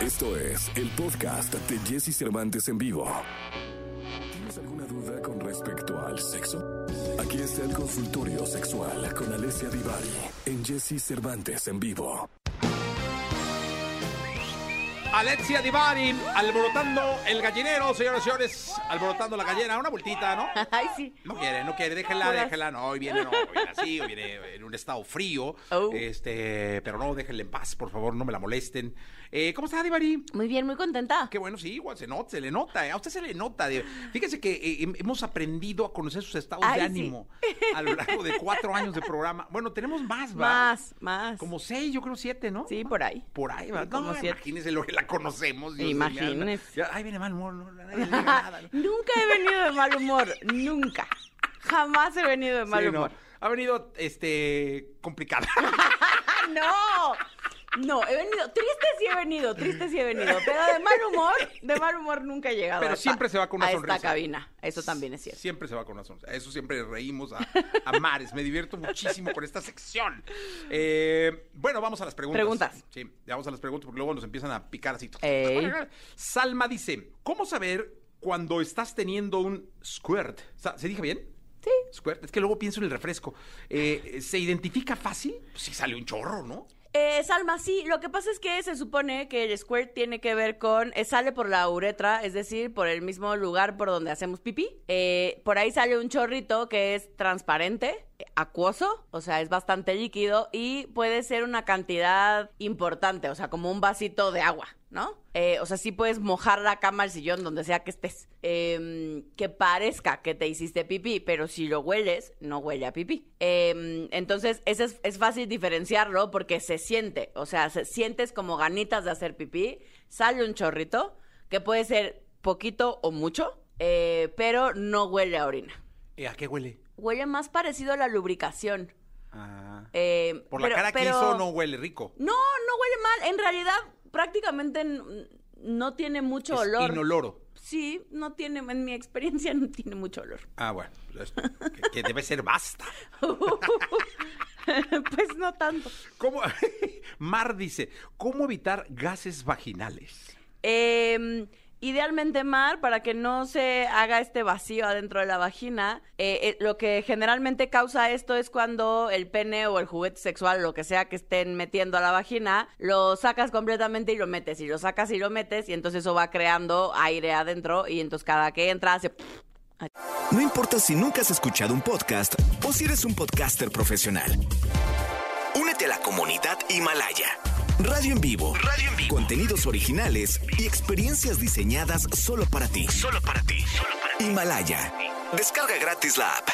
Esto es el podcast de Jesse Cervantes en vivo. ¿Tienes alguna duda con respecto al sexo? Aquí está el consultorio sexual con Alessia Divari en Jesse Cervantes en vivo. Alexia Divari, alborotando el gallinero, señoras y señores, alborotando la gallina, una vueltita, ¿no? Ay, sí. No quiere, no quiere, déjela, Puras. déjela, no, hoy viene, no, hoy viene así, hoy viene en un estado frío, Oh. este, pero no, déjenla en paz, por favor, no me la molesten. Eh, ¿Cómo está, Divari? Muy bien, muy contenta. Qué bueno, sí, igual se nota, se le nota, eh, a usted se le nota. de- Fíjese que eh, hem- hemos aprendido a conocer sus estados Ay, de sí. ánimo a lo largo de cuatro años de programa. Bueno, tenemos más, ¿va? Más, más. Como seis, yo creo siete, ¿no? Sí, por ahí. Por ahí, va. Sí, como No, siete. imagínense lo que la conocemos. Dios mío, ya anda. Imagínense. Ya, Ay, viene mal humor, no, nadie le diga nada. ¿no? Nunca he venido de mal humor, nunca. Jamás he venido de mal Sí, no. humor. Ha venido, este, complicada. ¡Ah, no! No, he venido, triste sí he venido, triste sí he venido, pero de mal humor, de mal humor nunca he llegado. Pero a esta- siempre se va con una a sonrisa. esta cabina, eso también es cierto. Siempre se va con una sonrisa. Eso siempre reímos a, a mares. Me divierto muchísimo con esta sección. Eh, bueno, vamos a las preguntas. Preguntas. Sí, ya vamos a las preguntas porque luego nos empiezan a picar así. Ey. Salma dice, ¿cómo saber cuando estás teniendo un squirt? Sa- ¿Se dije bien? Sí. Squirt. Es que luego pienso en el refresco. Eh, ¿Se identifica fácil? Pues sí, sale un chorro, ¿no? Eh, Salma, sí, lo que pasa es que se supone que el squirt tiene que ver con, eh, sale por la uretra, es decir, por el mismo lugar por donde hacemos pipí. Eh, por ahí sale un chorrito que es transparente, eh, acuoso, o sea, es bastante líquido y puede ser una cantidad importante, o sea, como un vasito de agua, ¿no? Eh, o sea, sí puedes mojar la cama, el sillón, donde sea que estés. Em, que parezca que te hiciste pipí, pero si lo hueles, no huele a pipí. Em, entonces, ese es, es fácil diferenciarlo porque se siente. O sea, se- sientes como ganitas de hacer pipí, sale un chorrito, que puede ser poquito o mucho, eh, pero no huele a orina. Eh, ¿A qué huele? Huele más parecido a la lubricación. Ah. Em, Por la pero- cara que pero- hizo no huele rico. no, no huele mal. En realidad, prácticamente n- no tiene mucho Es olor. Inoloro. Sí, no tiene, en mi experiencia no tiene mucho olor. Ah, bueno. es- que- que debe ser basta. pues no tanto. ¿Cómo? Mar dice, ¿cómo evitar gases vaginales? Eh, idealmente, Mar, para que no se haga este vacío adentro de la vagina, eh, eh, lo que generalmente causa esto es cuando el pene o el juguete sexual, lo que sea que estén metiendo a la vagina, lo sacas completamente y lo metes, y lo sacas y lo metes, y entonces eso va creando aire adentro, y entonces cada que entra hace... pues, No importa si nunca has escuchado un podcast o si eres un podcaster profesional. Únete a la comunidad Himalaya. Radio en vivo. Radio en vivo. Contenidos originales y experiencias diseñadas solo para ti. Solo para ti. Solo para ti. Himalaya. Descarga gratis la app.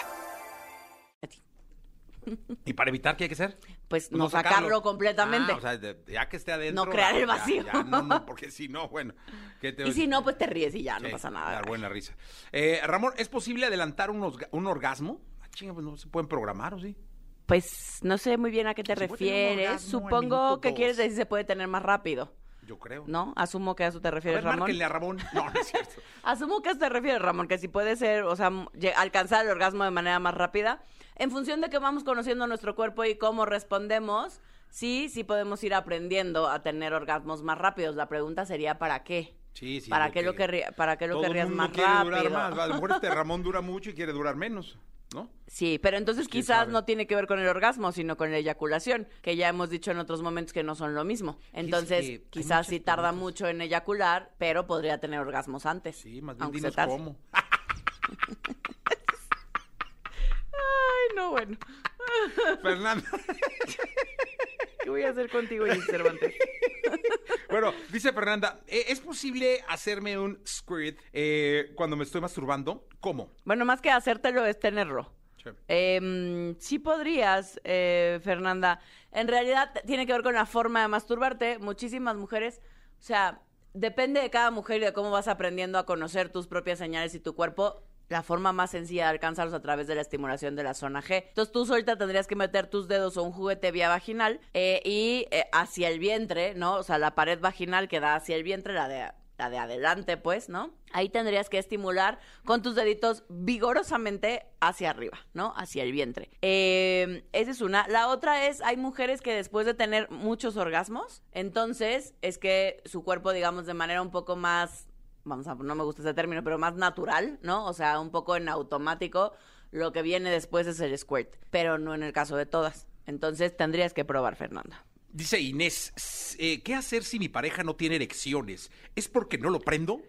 ¿Y para evitar qué hay que hacer? Pues no sacarlo completamente. Ah, o sea, de- ya que esté adentro. No crear ya- el vacío. ya- ya no, no, porque si no, bueno. ¿qué te- Y si no, pues te ríes y ya, no Sí, pasa nada. Dar buena risa. Eh, Ramón, ¿es posible adelantar unos ga- un orgasmo? Ah, chinga, pues no se pueden programar, ¿o sí? Pues no sé muy bien a qué te Se puede tener un refieres. orgasmo al Supongo minuto que dos. quieres decir se puede tener más rápido, Yo creo. ¿no? Asumo que a eso te a ver, refieres, Ramón. márquenle a Ramón. No, no es cierto. Asumo que a eso te refieres, Ramón, que si puede ser, o sea, lle- alcanzar el orgasmo de manera más rápida. En función de que vamos conociendo nuestro cuerpo y cómo respondemos, sí, sí podemos ir aprendiendo a tener orgasmos más rápidos. La pregunta sería ¿para qué? Sí, sí, ¿Para lo qué lo que- querría- para qué lo Todo el querrías mundo más quiere rápido? durar más. A lo mejor este Ramón dura mucho y quiere durar menos, ¿no? Sí, pero entonces Quién quizás sabe. no tiene que ver con el orgasmo, sino con la eyaculación, que ya hemos dicho en otros momentos que no son lo mismo. Entonces, que hay muchas quizás sí tarda preguntas. mucho en eyacular, pero podría tener orgasmos antes. Sí, más bien aunque dinos se tarde. cómo. Ay, no, bueno. Fernanda. ¿Qué voy a hacer contigo, Jessy Cervantes? Bueno, dice Fernanda, "¿E- ¿es posible hacerme un squirt eh, cuando me estoy masturbando? ¿Cómo? bueno, más que hacértelo es tenerlo. Che, Eh, sí podrías, eh, Fernanda. En realidad t- tiene que ver con la forma de masturbarte. Muchísimas mujeres, o sea, depende de cada mujer y de cómo vas aprendiendo a conocer tus propias señales y tu cuerpo. La forma más sencilla de alcanzarlos a través de la estimulación de la zona G. Entonces tú ahorita tendrías que meter tus dedos o un juguete vía vaginal eh, y eh, hacia el vientre, ¿no? O sea, la pared vaginal que da hacia el vientre, la de la de adelante, pues, ¿no? Ahí tendrías que estimular con tus deditos vigorosamente hacia arriba, ¿no? Hacia el vientre. Eh, esa es una. La otra es, hay mujeres que después de tener muchos orgasmos, entonces es que su cuerpo, digamos, de manera un poco más, vamos a, no me gusta ese término, pero más natural, ¿no? O sea, un poco en automático, lo que viene después es el squirt, pero no en el caso de todas. Entonces tendrías que probar, Fernanda. Dice Inés, s- eh, ¿qué hacer si mi pareja no tiene erecciones? ¿Es porque no lo prendo?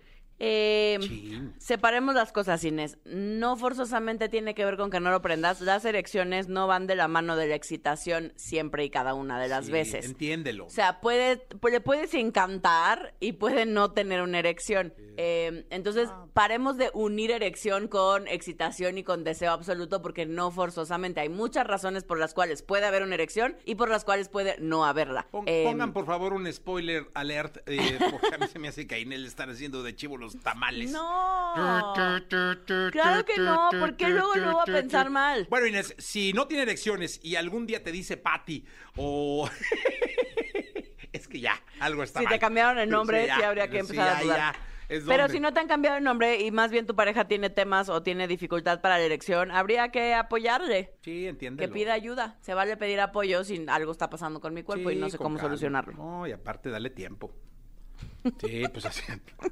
Eh, Chin. separemos las cosas, Inés. No forzosamente tiene que ver con que no lo prendas. Las erecciones no van de la mano de la excitación siempre y cada una de las Sí, veces. Entiéndelo. O sea, puede, pu- le puedes encantar y puede no tener una erección. Eh, entonces, paremos de unir erección con excitación y con deseo absoluto porque no forzosamente. Hay muchas razones por las cuales puede haber una erección y por las cuales puede no haberla. Pon- Eh, pongan por favor un spoiler alert, eh, porque a mí se me hace que a Inés le están haciendo de chivo los tamales. No. Claro que no, porque luego lo va a pensar mal. Bueno, Inés, si no tiene erecciones y algún día te dice Patty o... es que ya, algo está Si mal. te cambiaron el nombre, sí, ya, habría que sí, empezar a ya, dudar. ya, es Pero donde. si no te han cambiado el nombre y más bien tu pareja tiene temas o tiene dificultad para la erección, habría que apoyarle. Sí, Que entiéndelo. pida ayuda. Se vale pedir apoyo si algo está pasando con mi cuerpo y Sí, no sé con cómo calma. solucionarlo. No, y aparte, dale tiempo. Sí, pues así.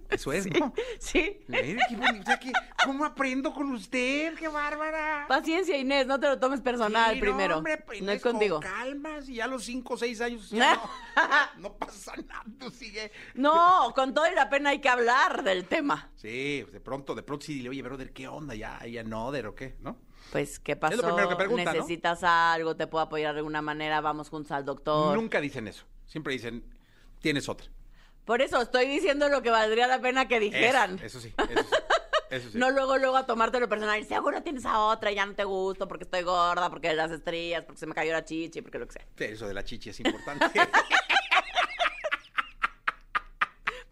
Eso es, ¿no? Sí. Mira, qué bonito, o sea, que- ¿Cómo aprendo con usted? ¡Qué bárbara! Paciencia, Inés, no te lo tomes personal Sí, primero. No, hombre, pues, es contigo. Con calma, si ya a los 5 o 6 años ya no, no pasa nada, tú sigue. No, con toda la pena hay que hablar del tema. Sí, de pronto, de pronto sí dile, oye, brother, ¿qué onda? ¿Ya, ya no, o qué? ¿No? Pues, ¿qué pasó? lo primero que pregunta, ¿no? ¿Necesitas algo? ¿Te puedo apoyar de alguna manera? Vamos juntos al doctor. Nunca dicen eso. Siempre dicen, tienes otra. Por eso estoy diciendo lo que valdría la pena que dijeran. Eso, eso sí, eso sí. Eso sí. No luego, luego a tomártelo personal. Seguro tienes a otra, ya no te gusto, porque estoy gorda, porque las estrías, porque se me cayó la chichi, porque lo que sea. Sí, Eso de la chichi es importante.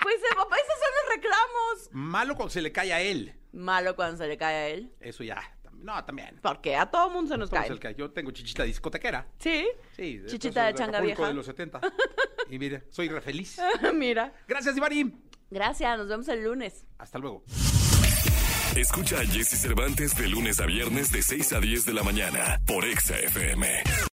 Pues eh, papá, esos son los reclamos. Malo cuando se le cae a él. Malo cuando se le cae a él. Eso ya. tam- No, también. Porque a todo mundo se nos Entonces, cae. el que- yo tengo chichita discotequera. Sí. Sí, de- Chichita de changa Acapulco vieja. de los 70. Y mira, soy re feliz. Mira. Gracias, Ibarim. Gracias, nos vemos el lunes. Hasta luego. Escucha a Jesse Cervantes de lunes a viernes de 6 a 10 de la mañana por Exa FM.